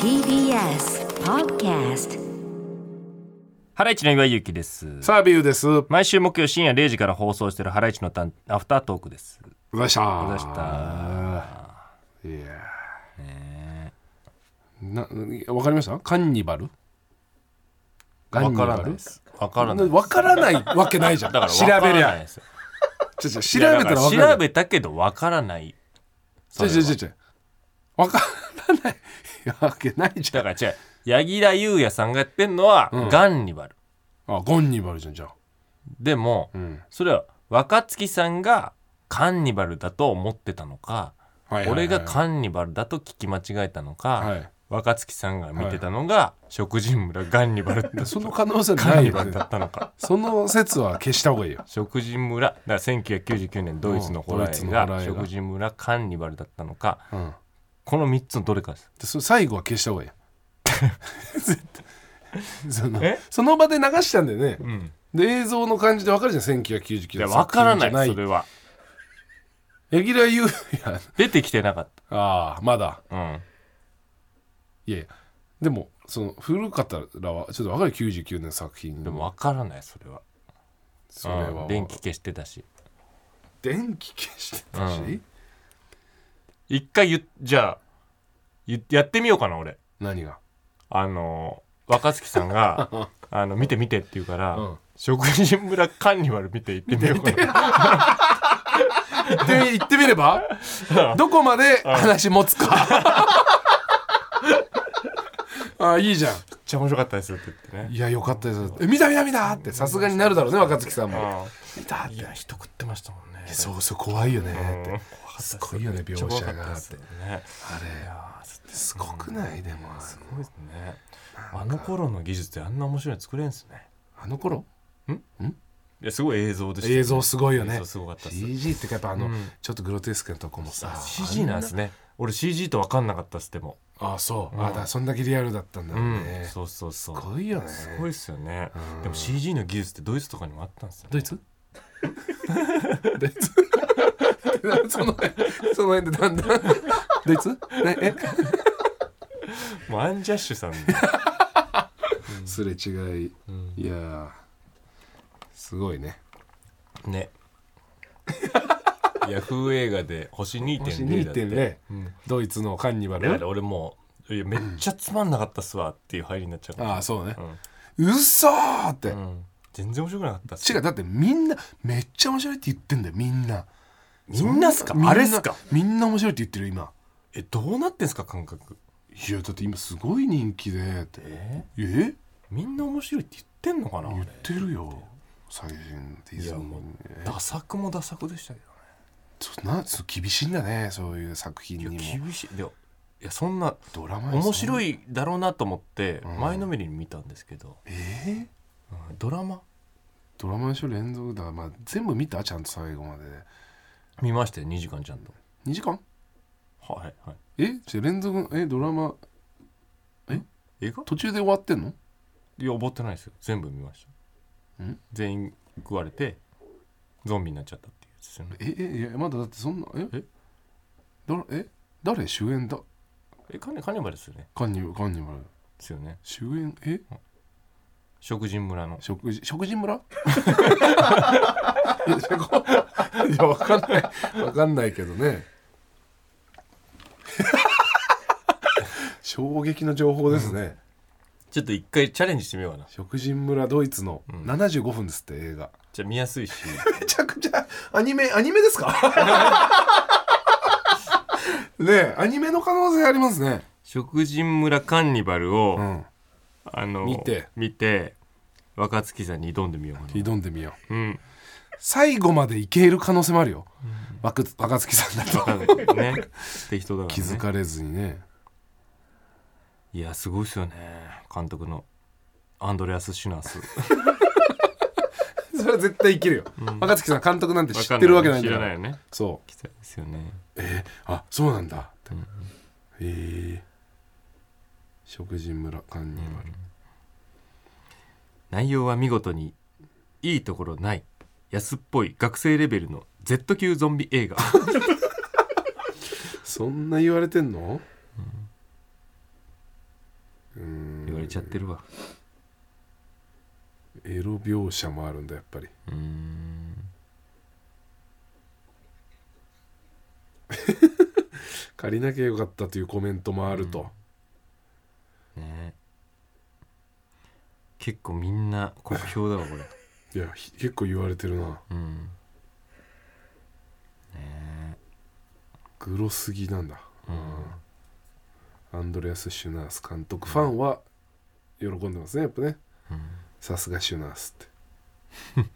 TBS Podcast ハライチの岩井ゆきです。さあビューです。ど毎週木曜深夜0時から放送しているハライチのタンアフタートークです。うでした。どうでした。いやー。な、わかりました？カンニバル？ガわンニかバらないルで。す。わからない。わからないわけないじゃん。だから調わからべなりいゃで。すよ。ちょちょ調調べたらわかる。調べたけどわからない。ちょちょちょちょ。わからないわけないじゃだから違う。柳楽優弥さんがやってんのは、ガンニバル。ん。あ、ゴンニバルじゃんじゃあ。でも、んそれは若槻さんがカンニバルだと思ってたのか、はいはいはい俺がカンニバルだと聞き間違えたのか、はい若槻さんが見てたのが、食人村ガンニバルだったその可能性カなンいニよバルねだ。ったのかその説は消した方がいいよ。食人村だから1999年ドイツのホラー映うんド画イツのホラー映画食人村カンニバルだったのかうん。この3つのどれかですでそ最後は消し た方がいいよそのえその場で流したんだよね、んで映像の感じで分かるじゃん1999い年や分からない作そ品じれゃは柳楽優弥 出てきてなかっああまだたうんいやいやでもその古かったらはちょっと分かる99年作品でも分からないそれはそれうはん電気消してたし電気消してたし、うん一回ゆじゃあゆやってみようかな俺何があの若槻さん があの見て見てって言うから、うん食人村カンニバル見て行ってみようかな行ってみ行ってみればどこまで話 持つかああいいじゃんめっちゃ面白かったですって言ってねいやよかったですえ見た見た見たってさすがになるだろうね若槻さんも見たっていや人食ってましたもんねそうそう怖いよねっうんてすごいよね描めっちゃ怖写かったがでっすてよねあいれやーすすごくないでもあのごいですねあの頃の技術であんな面白いの作れんすねあの頃いやすごい映像でしたね映像すごいよ映ね像すごかったっす CG ってかやっぱあうのんちょっとグロテスクなとこもさ CG なんですね俺 CG と分かんなかったっすでもあそううんあだからそんだけリアルだったんだうろうんねすそうそうそうごいよねすごいっすよね、うんでも CG の技術ってドイツとかにもあったんですよ、ね、ドイツドイツ その辺その辺でだんだんドイツねえもうアンジャッシュさん すれ違い、いやーすごいねねヤフー映画で星星2.0だって2.0うんドイツのカンニバだからル俺もういやめっちゃつまんなかったっすわっていう入りになっちゃうからああそうねうっそーって、うん全然面白くなかったっす違うだってみんなめっちゃ面白いって言ってんだよみんなみんなっすかみんなあれっすかみんな面白いって言ってるよ今えどうなってんすか感覚いやだって今すごい人気でってえみんな面白いって言ってんのかなあ言っれてるよ最新ディいズやニもーうダ作もダ作でしたけそうなそう厳しいんだねそういう作品どねにいやも厳しいでもいやそんなドラマや面白いいだろうなと思って前のめりに見たんですけど、えーうんドラマドラマの書連続だ、まあ、全部見たちゃんと最後まで見ましたよ2時間ちゃんと2時間はいはいえちょ連続えドラマ映画途中で終わってんのいや覚えてないですよ全部見ましたん全員食われてゾンビになっちゃったっていうやつですよねええいやまだだってそんなええだらえ誰主演だえカニカニバルですよねカンニカンニバルですよね主演え食人村の食事食事村 いやそこいやわかんないわかんないけどね 衝撃の情報ですね、ちょっと一回チャレンジしてみようかな食人村ドイツの75分ですって映画、じゃあ見やすいしめちゃくちゃアニメアニメですか ねえアニメの可能性ありますね、食人村カンニバルを、うん、あの見て見て若槻さんに挑んでみようかな挑んでみよう うん最後までいける可能性もあるよ、若若槻さんだと多分ね適当だから、ね、気づかれずにねいやすごいっすよね監督のアンドレアス・シュナス それは絶対いけるよ、若槻さん監督なんて 知ってるわけないんだ知かららないよねそう期待ですよねえー、あそうなんだって、えー食事村カンニバル、内容は見事にいいところない安っぽい学生レベルの Z 級ゾンビ映画そんな言われてんの、うん言われちゃってるわエロ描写もあるんだやっぱりうーん借りなきゃよかったというコメントもあると、ね結構みんな酷評だわこれいやひ結構言われてるなうんねグロすぎなんだ、うんアンドレアス・シュナース監督ファンは喜んでますねやっぱねうんさすがシュナースって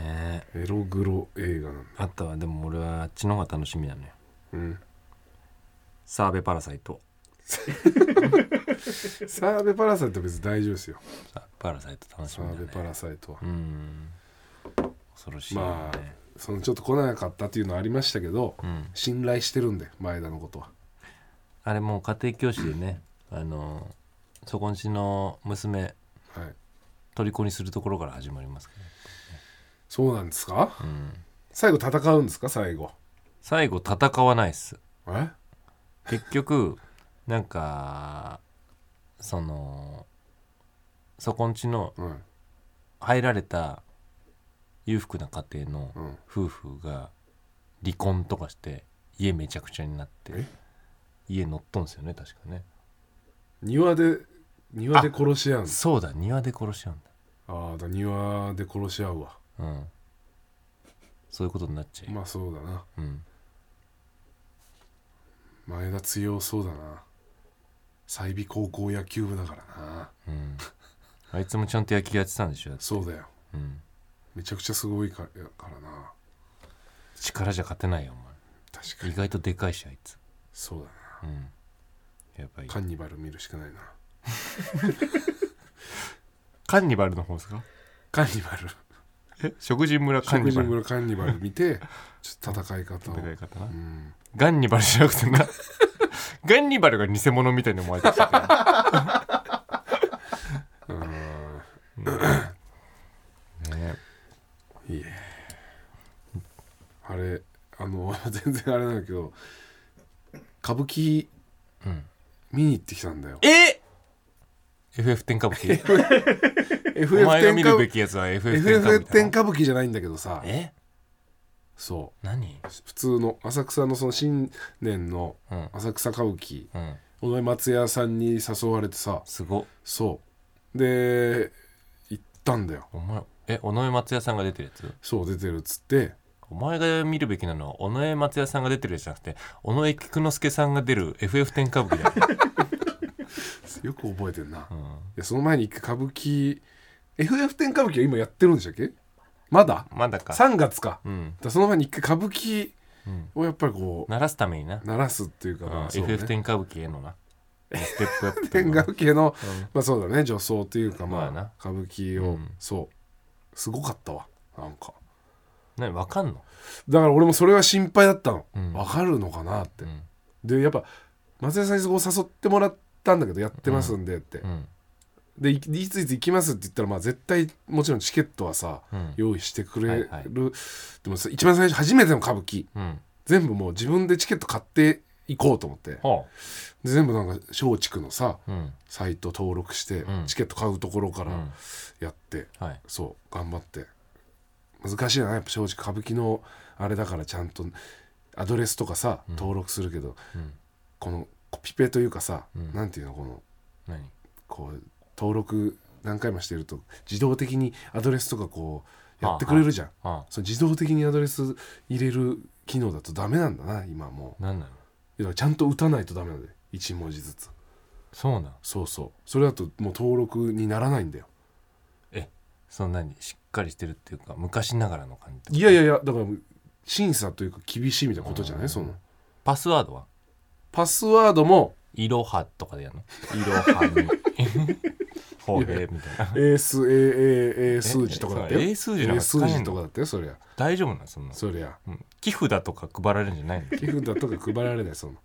ねエログロ映画なんだあとはでも俺はあっちの方が楽しみなのよ うん澤部パラサイトサーベパラサイトは別に大丈夫ですよ澤部パラサイト楽しサみーだベねパラサイトは、うん恐ろしいよね、まあそのちょっと来なかったっていうのはありましたけど、うん、信頼してるんで前田のことはあれもう家庭教師でねあのそこんちの娘はい虜にするところから始まりますか、そうなんですからうん、最後戦うんですか最後最後戦わないっすえ結局なんかそのそこんちのうん入られた裕福な家庭のうん夫婦が離婚とかして家めちゃくちゃになってえ家乗っとんすよね確かね庭で庭で殺し合うんですそうだ庭で殺し合うんだああだ庭で殺し合うわうんそういうことになっちゃうよ、まあそうだなうん前田強そうだな済美高校野球部だからなうんあいつもちゃんと野球やってたんでしょ、そうだようん、めちゃくちゃすごいかやからな力じゃ勝てないよお確か前に意外とでかいしあいつそうだなうんやばいカンニバル見るしかないなカンニバルの方ですかカンニバルえ食人村カン食ニバ事ル村カンニバル見てちょっと戦い方を戦い方なうんガンニバルじゃなくてなガンニバルが偽物みたいに思われてきたからうんねいえあれあの 全然あれなんだけど歌舞伎うん見に行ってきたんだよえ FF10 歌舞伎 お FF10 前が見るべ歌きやつは FF10 歌舞伎だ FF10 歌舞伎じゃないんだけどさえそ何う普通の浅草のその新年のうん浅草歌舞伎うん尾上松也さんに誘われてさすごっそうで行ったんだよお前え尾上松也さんが出てるやつそう出てるっつってお前が見るべきなのは尾上松也さんが出てるやつじゃなくて尾上菊之助さんが出る FF10 歌舞伎だ よ、よく覚えてんな、ういん、やその前に一回歌舞伎 FF10 歌舞伎は今やってるんでしたっけまだまだか3月か,、うんその前に一回歌舞伎うんをやっぱりこう鳴らすためにな、鳴らすっていうか、うんそうね FF10 歌舞伎への なステップアップという天か下系の、まあそうだね女装というかまあ、まあな歌舞伎うを、んそうすごかったわなんか何わかんの、だから俺もそれは心配だったの、うんわかるのかなって、うんでやっぱ松江さんにそこ誘ってもらったんだけどやってますんでって、うんでいいついつ行きますって言ったらまあ絶対もちろんチケットはさ、うん用意してくれる、はいはいでもさ一番最初初めての歌舞伎うん、全部もう自分でチケット買っていこうと思ってでは全部なんか松竹のさあうんサイト登録して、うんチケット買うところかうんらやって、はいそう頑張って難しいなやっぱ正直歌舞伎のあれだからちゃんとアドレスとかさ登録するけど、うんこのコピペというかさ、うんなんていうのこの何こう登録何回もしてると自動的にアドレスとかこうやってくれるじゃん、ああその自動的にアドレス入れる機能だとダメなんだな今もう何なのだからちゃんと打たないとダメなんだよ1文字ずつそうなのそうそうそれだともう登録にならないんだよえそんなにしっかりしてるっていうか昔ながらの感じいやいやいやだから審査というか厳しいみたいなことじゃないそのパスワードはパスワードもいろはとかでやるのいろはに ほうへみたいな A 数 A, A, A 数字とかだったよええ A 数字なん A か使えん数の字とかだったよそりゃ大丈夫なんそんなのそりゃうん寄付だとか配られるんじゃないの寄付だとか配られないそのい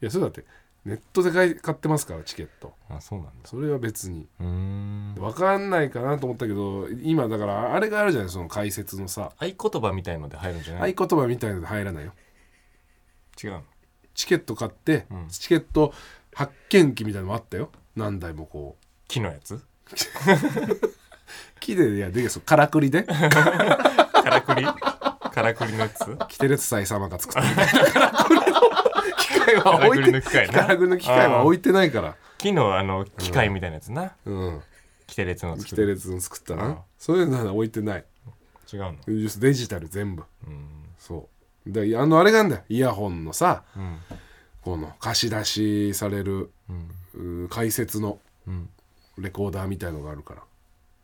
やそれだってネットで買い買ってますからチケットあそうなんだそれは別にうーん分かんないかなと思ったけど今だからあれがあるじゃないその解説のさ合言葉みたいので入るんじゃな合い言葉みたいので入らないよ違うのチケット買って、うんチケット発券機みたいなのもあったよ何台もこう木のやつ木でいやでそうから くりでからくりからくりのやつキテレツイ様が作ったみたいなからくりの機 械は置いからくてりの機械なからくりの機械は置いてないから木のあの機械みたいなやつな、うんキテレツのキ作テるレツの作ったうんなそういうのは置いてない違うのデジタル全部うん、そうであのあれがあんだよイヤホンのさうんこの貸し出しされるうんうー解説のうん、レコーダーみたいのがあるからあ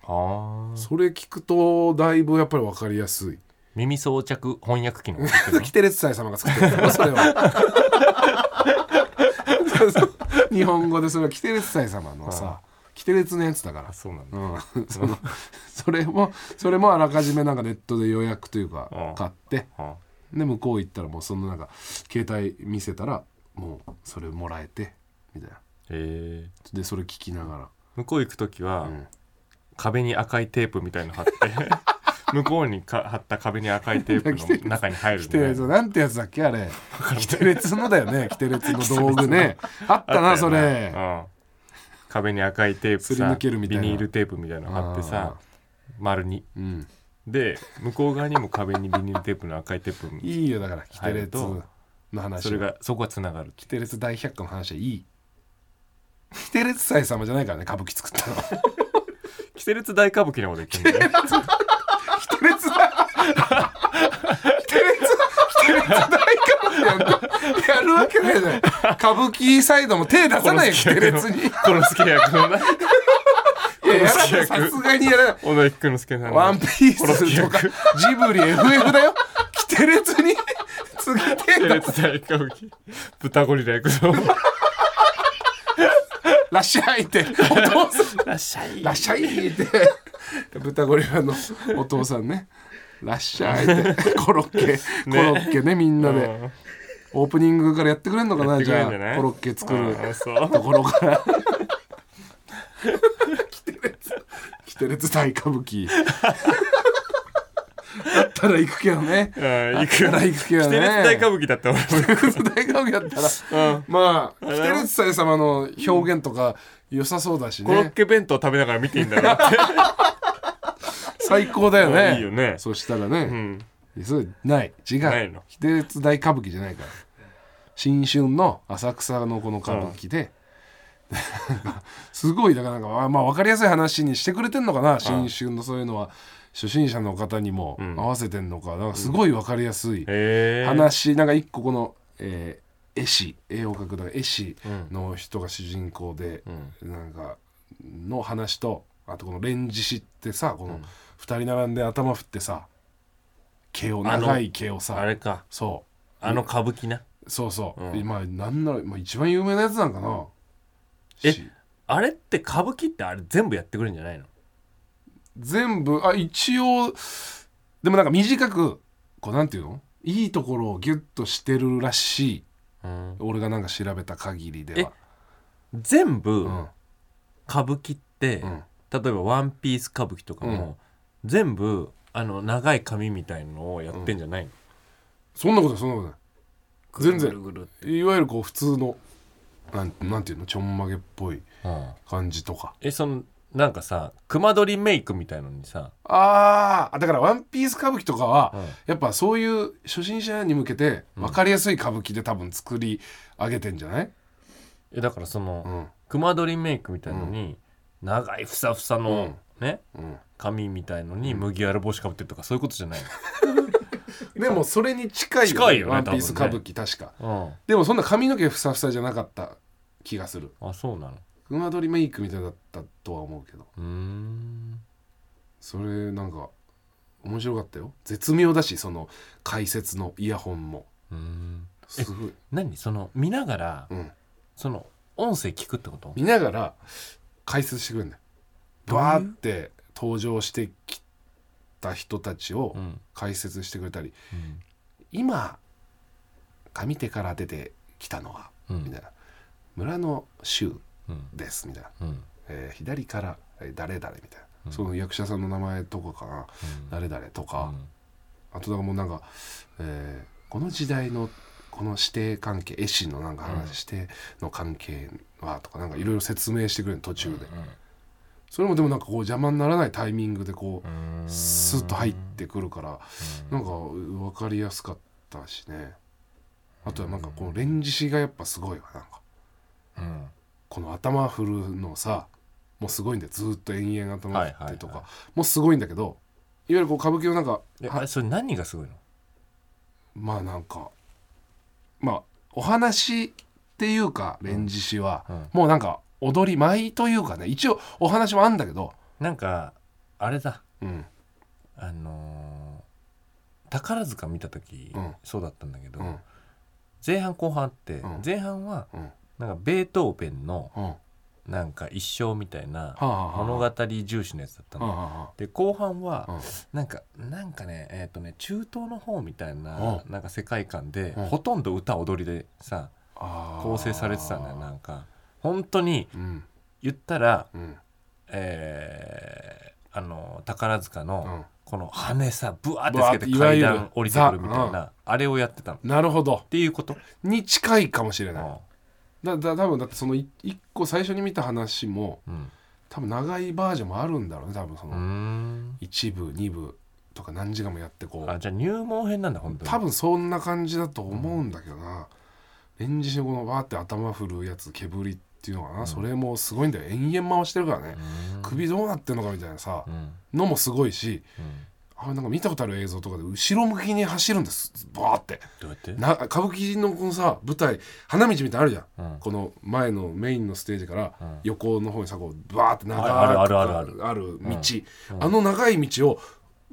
あそれ聞くとだいぶやっぱり分かりやすい耳装着翻訳機能がついてるのキテレツイ様が作ってるからそれはそうそう日本語でそれはキテレツイ様のあさキテレツのやつだからあそうなんだ、うん、そのそれもそれもあらかじめなんかネットで予約といううかん買ってあで向こう行ったらもうそのなんか携帯見せたらもうそれもらえてみたいなへえでそれ聞きなが向こう行く時は、ら、うん壁に赤いテープみたいの貼 って向こうにか貼った壁に赤いテープ の中に入るキみテたレいツななんてやつだっけあれキテレツのだよねキテレツの道具ねあっあったたなよ そねれうん、壁に赤いテープすりさ抜けるみたいなビニールテープみたいなの貼ってさ丸にうんで向こう側にも壁にビニールテープの赤いテープいいよだからキテレツの話はそれがそこはつながるキテレツ大百科の話はいいキテレツ祭様じゃないからね歌舞伎作ったのキテレツ大歌舞伎のこと言ってんだよねキテレツだ。キテレツ、キテレツ大歌舞伎やんやるわけないじゃない。歌舞伎サイドも手出さないよ、キテレツに。いこの好き役のなや、やら殺すない役さすがにやらない。小野彦之助さんのワンピースとか、ジブリ、FF だよ。キテレツに、次キ手テレ出ツ大歌舞伎豚ゴリラ役のラッシャイって、お父さん。らっしゃいラッシャイって、 豚ゴリラのお父さんね。ラッシャイって、 コロッケ、コロッケね、みんなで。うんオープニングからやってくれんのかやっなてじくれゃんじゃないあコロッケ作るあそうところからキテレツキテレツ大歌舞伎だったら行くけどねうん行くよから行くけどキねテレツ大歌舞伎だったらキテレツ大歌舞伎だったら、まあキテレツ祭様の表現とか良さそうだしコロッねケ弁当食べながら見ていいんだろう って最高だよねいいよねそしたらうね、んいやそれない違うないのキテレツ大歌舞伎じゃないから新春の浅草のこの歌舞伎で、すごいだからなんかあまあ分かりやすい話にしてくれてんのかな、新春のそういうのは初心者の方にもん合わせてんのか,、なんかすごい分かりやすいへえ話、なんか一個この、えー絵師絵を描くだから絵師の人が主人公で、なんかの話とあとこの「レンジ師」ってさこの2人並んで頭振ってさ毛をあの長い毛をさあれかそうあの歌舞伎なそうそう、うん今なんなら、まあ、一番有名なやつなんかなえしあれって歌舞伎ってあれ全部やってくれるんじゃないの全部あ一応でもなんか短くこうなんていうのいいところをギュッとしてるらしいうん俺がなんか調べた限りでは全部うん歌舞伎ってうん例えば「ワンピース歌舞伎とかも全部あの長い髪みたいのをやってんじゃないのそんなことないそんなことない全然ぐるぐるぐるいわゆるこう普通のなんなんていうのちょんまげっぽいうん感じとかえそのなんかさ熊取りメイクみたいのにさあーだから「ワンピース歌舞伎とかは、うんやっぱそういう初心者に向けて分かりやすい歌舞伎で多分作り上げてんじゃない、えだからその、うん熊取りメイクみたいのに、長いふさふさの、ねうん、髪みたいのに麦わら帽子かぶってるとかそういうことじゃないでもそれに近いよ、ね、近いよねワンピース多歌分ね舞伎確かの、でもそんな髪の毛ふさふさじゃなかった気がするうん、あそうなの馬取りメイクみたいだったとは思うけどうーんそれなんか面白かったよ絶妙だしその解説のイヤホンもうーんすごい、何その見ながら、うん、その音声聞くってこと見ながら解説してくれるんだよういうバーって登場してきた人たちをうん解説してくれたり、うん今上手から出てきたのは、うんみたいな村の衆うんですみたいなうんえー左からえー誰々みたいな、その役者さんの名前とかかな、誰々とか、あとだからもうなんか、えーこの時代のこの師弟関係絵師のなんか話しての関係はとかなんかいろいろ説明してくれる途中で、それもでもなんかこう邪魔にならないタイミングでこう、うんスッと入ってくるから、なんか分かりやすかったしねあとはなんかこのレンジシがやっぱすごいわなんかうんこの頭振るのさもうすごいんでずーっと延々頭振ってとはいはいはかもうすごいんだけどいわゆるこう歌舞伎のなんかえはあれそれ何がすごいのまあなんかまあお話っていうかレンジシは、うんもうなんか踊り舞というかね一応お話もあんだけど、なんかあれだうん、あのー宝塚見た時、うんそうだったんだけど、うん前半後半あって、うん前半はうんなんかベートーベンのうんはなんか一生みたいなあはあはあ物語重視のやつだったはあの。はで後半はあはなんかなんかねえっ、とね中東の方みたいなうなんか世界観でうんほとんど歌踊りでさあ構成されてたんだよなんか本当にうん言ったらうんえーあの宝塚の、うんこの羽さぶわーってつけてぶわーっ階ていわゆる段降りてくるみたいな、あれをやってたのっなるほどていうこと、に近いかもしれうないんだだ多分だってそのい一個最初に見た話もうん多分長いバージョンもあるんだろうね多分そうーのん一部二部とか何時間もやってこうあじゃあ入門編なんだ本当に多分そんな感じだと思うんだけどな、レンジシのこのバーって頭振るやつ煙っていうのかな、それもすごいんだよ延々回してるからね、首どうなってんのかみたいなさ、うんのもすごいしうんあなんか見たことある映像とかで後ろ向きに走るんですバーってどうやってな歌舞伎のこのさ舞台花道みたいなのあるじゃん、うんこの前のメインのステージからうん横の方にさこうバーって長くあるあるあるあるある道、うんあの長い道を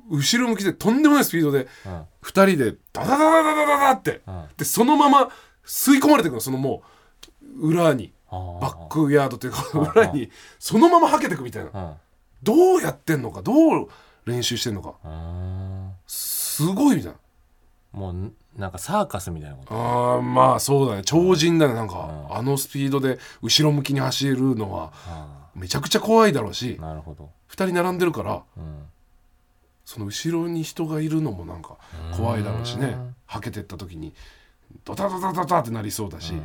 後ろ向きでとんでもないスピードでうん2人でダダダダダダダダって、うんでそのまま吸い込まれていくのそのもう裏にあーバックヤードというかうん裏にそのままはけていくみたいなうんどうやってんのかどう練習してんのかうーんすごいみたいなもうなんかサーカスみたいなことあーまあそうだね超人だねなんうかんあのスピードで後ろ向きに走るのはあめちゃくちゃ怖いだろうしーなるほど、 2人並んでるからうん、その後ろに人がいるのもなんか怖いだろうしうねんはけてった時にドタドタドタってなりそうだしうん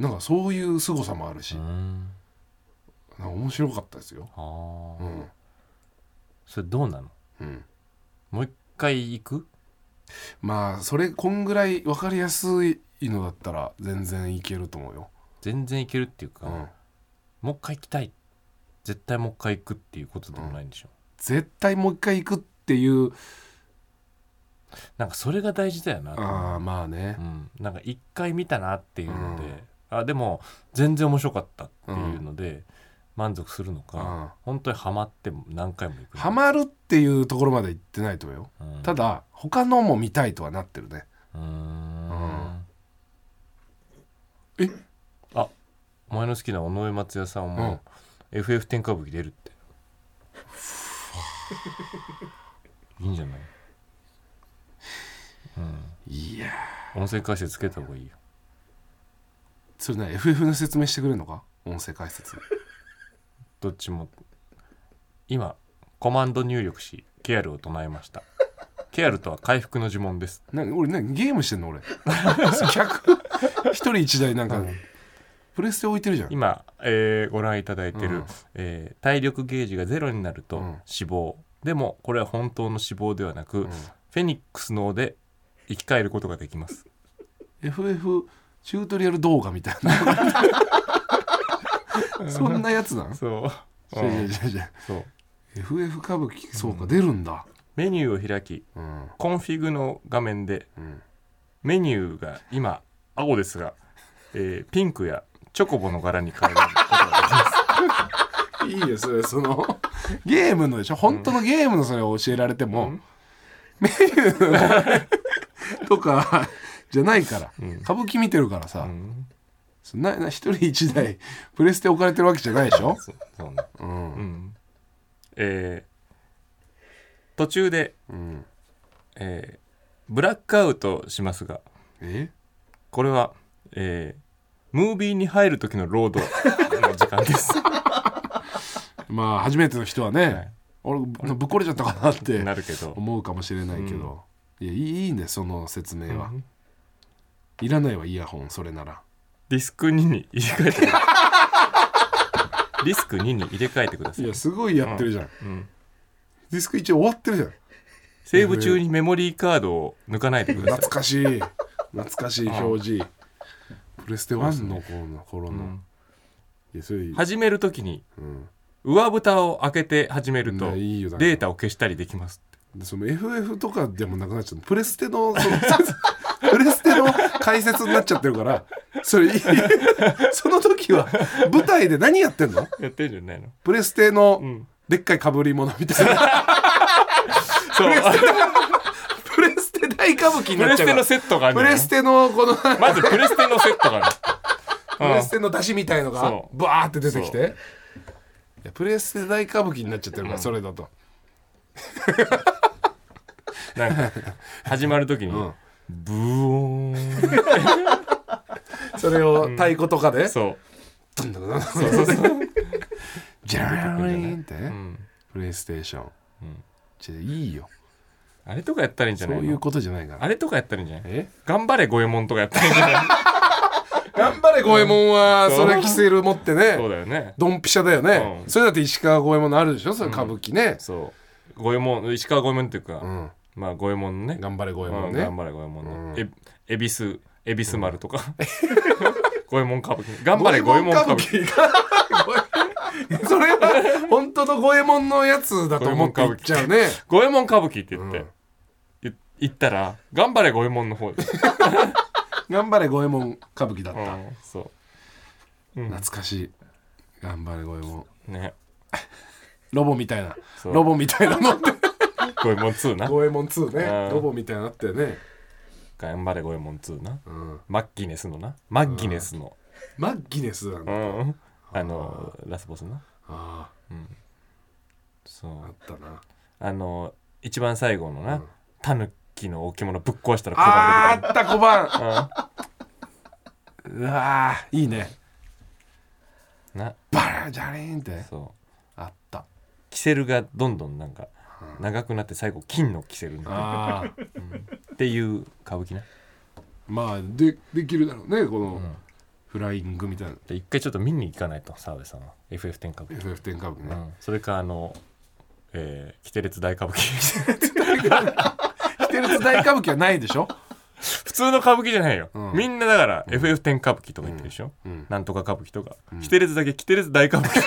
なんかそういう凄さもあるしうーんなんか面白かったですよ。あー、うんそれどうなのうん、もう一回行くまあそれこんぐらい分かりやすいのだったら全然いけると思うよ。全然行けるっていうか、うん、もう一回行きたい絶対もう一回行くっていうことでもないんでしょ、絶対もう一回行くっていうなんかそれが大事だよなと思うああまあねう。ん、なんか一回見たなっていうので、うんあでも全然面白かったっていうので満足するのか、うん本当にハマって何回も行くハマるっていうところまで行ってないと思うよ。うんただ他のも見たいとはなってるね。うーんえあお前の好きな尾上松也さんも FF10 歌舞伎出る っていいんじゃないいや音声解説つけた方がいいよそれね FF の説明してくれるのか音声解説。どっちも今コマンド入力しケアルを唱えましたケアルとは回復の呪文ですな俺何ゲームしてんの俺。 客一人一台なんか、プレステ置いてるじゃん。今、えーご覧いただいてる、うんえー体力ゲージがゼロになるとうん死亡、でもこれは本当の死亡ではなく、んフェニックスの王で生き返ることができます FF チュートリアル動画みたいなそんなやつなん そう、違うんう違う違う違うそう FF 歌舞伎そうか、出るんだメニューを開きうんコンフィグの画面でうんメニューが今青ですが、えーピンクやチョコボの柄に変えることができますいいよそれそのゲームのでしょ本当のゲームのそれを教えられても、メニューのとかじゃないから、歌舞伎見てるからさ、うんそんなな一人一台プレステ置かれてるわけじゃないでしょ、そうそうねうんうんえー途中で、うん、えーブラックアウトしますがえこれは、えームービーに入る時のロードの時間です まあ初めての人はね、い俺ぶっこれちゃったかなってなるけど思うかもしれないけど、いやいいいいんだよその説明は、いらないわイヤホンそれならリスク2に入れ替えてくださいリスク2に入れ替えてくださいいやすごいやってるじゃん、んディスク1終わってるじゃんセーブ中にメモリーカードを抜かないでください懐かしい懐かしい表示プレステ1の頃の頃の、んいやそれいい、始めるときにうん上蓋を開けて始めるとねいいよだからデータを消したりできますってでその FF とかでもなくなっちゃうプレステのその プレステの解説になっちゃってるからそれいいその時は舞台で何やってんのやってんじゃないのプレステのんでっかい被り物みた いな、そうプレステ大歌舞伎にプなレっちステゃうからのセットがあるプレステのこのプまずプレステのセットが あるレステの出汁みたいのがそうバーって出てきていやプレステ大歌舞伎になっちゃってるから、それだとうんなん か始まるときにうんブオーンそれを太鼓とかで、そうドンドンドンそうそうそうジャーンってね、プレイステーション、ちょいいよあれとかやったらいいんじゃそないうのいうことじゃないからあれとかやったらいいんじゃないえ頑張れ五右衛門とかやったらいいんじゃない頑張れ五右衛門はそうそれキセル持ってそうねだよ ねドンピシャだよね、うんそれだって石川五右衛門のあるでしょそれ歌舞伎ね、そう五右衛門石川五右衛門っていうか、うんまあ五右衛門のね頑張れ五右衛門うんね頑張れ五右衛門の、うんえ恵比寿恵比寿丸とか 五右衛門歌舞伎頑張れ五右衛門歌舞 伎五右衛門歌舞伎それは本当の五右衛門のやつだと思って言っちゃ うね五右衛門歌舞伎って言って、うんい言ったら頑張れ五右衛門の方で、頑張れ五右衛門歌舞伎だっうた、ん、そ懐かしい頑張れ五右衛門うねロボみたいなそうロボみたいなの って五右衛門2な五右衛門2うねんロボみたいなのあってね、頑張れ五右衛門2なうん、マッギネスのなマッギネスの、マッギネスだうねんあのラスボスなあそうああったなあの一番最後のな、うんタヌキの置物ぶっ壊したらあ小判ーあった小判出てくるうんうわーいいねなバランジャリーンってそうあったキセルがどんどんなんか長くなって最後金のキセルになるああっていう歌舞伎なまあでできるだろうねこのフライングみたいなで一回ちょっと見に行かないと澤部さんは FF10 歌舞伎、 FF10 歌舞伎うねん、それかあのえー、キテレツ大歌舞伎キテレツ大歌舞伎はないでしょ普通の歌舞伎じゃないよ、うんみんなだから FF10 歌舞伎とか言ってるでしょ、うんうんなんとか歌舞伎とか、キテレツだけキテレツ大歌舞伎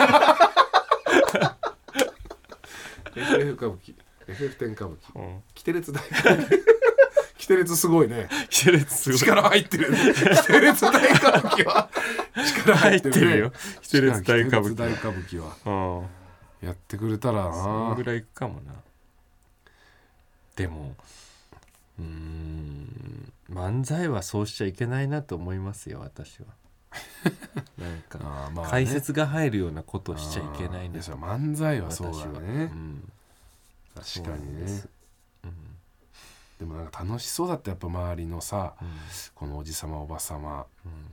FF 歌舞伎 FF10 歌舞う伎んキテレツ大 歌舞伎キテレツすごいねキテレツすごい力入ってるね。キテレツ大歌舞伎は力入入っっててる,、るよキテレツ大歌舞キテレ伎ツ大歌舞伎うはんやってくれたらそんなぐ。らいいくかもなでもうーん漫才はそうしちゃいけないなと思いますよ 私はなんかあーまあね解説が入るようなことをしちゃいけないんいやですそよれ漫才は私そはうだねう。ん確かにそうなんでねす。でもなんか楽しそうだったやっぱ周りのさ、うんこのおじさまおばさま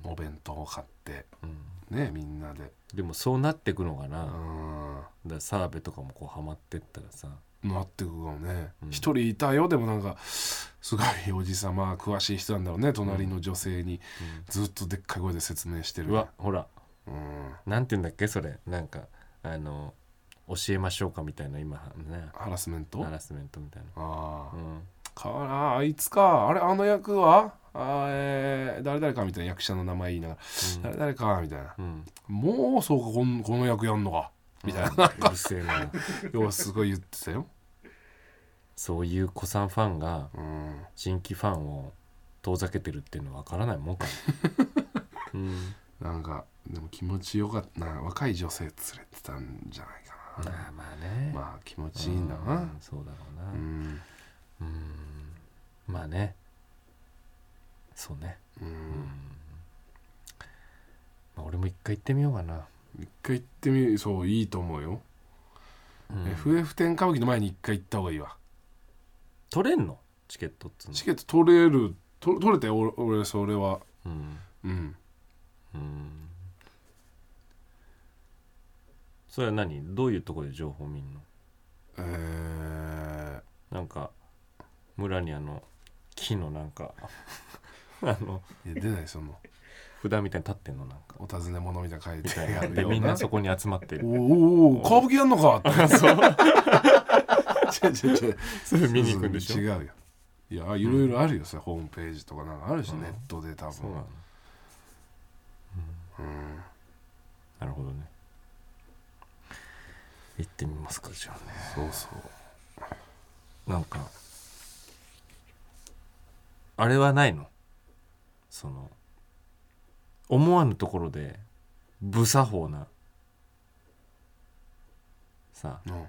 お弁当を買ってうんねみんなで。でもそうなってくのかうな、ん。だから澤部とかもこうハマってったらさなってくかもねうん一、人いたよでもなんかすごいおじさま詳しい人なんだろうね隣の女性にずっとでっかい声で説明してる、うわほらうん、なんて言うんだっけそれなんかあの教えましょうかみたいな今ねハラスメントハラスメントみたいあな、うん、あかああいつかあれあの役はあーえー誰々かみたいな役者の名前言いながら、誰々かみたいな、うん、もうそうかこんこの役やんのかみたいなうるせえな要はすごい言ってたよ、そういう子さんファンがうん、新規ファンを遠ざけてるっていうのはわからないもんか、うん、なんかでも気持ちよかったな若い女性連れてたんじゃないかな、まあまあねあまあ気持ちいいんだなそうだろうな、うんまあねそうね、うんまあ、俺も一回行ってみようかな、一回行ってみるそういいと思うよ、うん、 FF10 歌舞伎の前に一回行った方がいいわ取れんのチケットっつうのチケット取れると取れたよ俺俺それはうん、うんうん、それは何どういうところで情報見んのえー、なんか村にあの木のなんか あのいや出ないその札みたいに立ってんのなんかお尋ね物みたいな書いて あるでようみんななそこに集まっておるーおーおーカーブ系やん のかって違う違う違うそれ見に行くんでしょ違うよいやいろいろあるよさ、ホームページとかなんかあるし、うんネットで多そうな分のなるほどね行ってみますかじゃあねそうそうなんかあれはないのその思わぬところで無作法なさうん、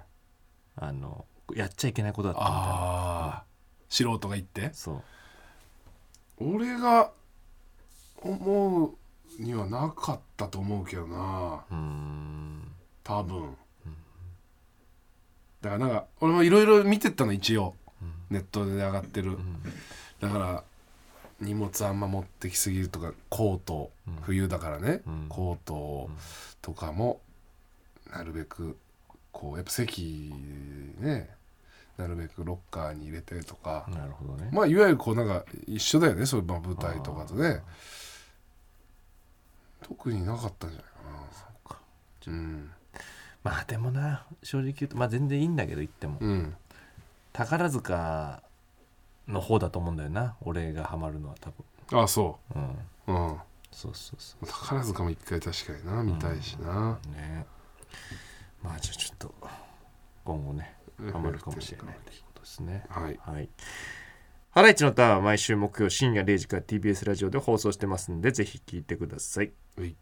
あのやっちゃいけないことだったみたいなああ素人が言ってそう俺が思うにはなかったと思うけどなうーん多分、だからなんか俺もいろいろ見てったの一応、ネットで上がってる、だから荷物あんま持ってきすぎるとかコート、うん冬だからね、うんコートとかもなるべくこうやっぱ席ねなるべくロッカーに入れてとか、なるほどねまあいわゆるこうなんか一緒だよねそういうまあ舞台とかとね特になかったんじゃなっいかかなうんまあでもな正直言うとまあ全然いいんだけど言ってもうん宝塚の方だと思うんだよな俺がハマるのは多分ああそうんううんそうそうそう宝塚も一回確かにな見たいしな、ねまあじゃあちょっと今後ねハマるかもしれないということですねはいはいハライチのターンは毎週木曜深夜0時から TBS ラジオで放送してますんでぜひ聞いてくださいはい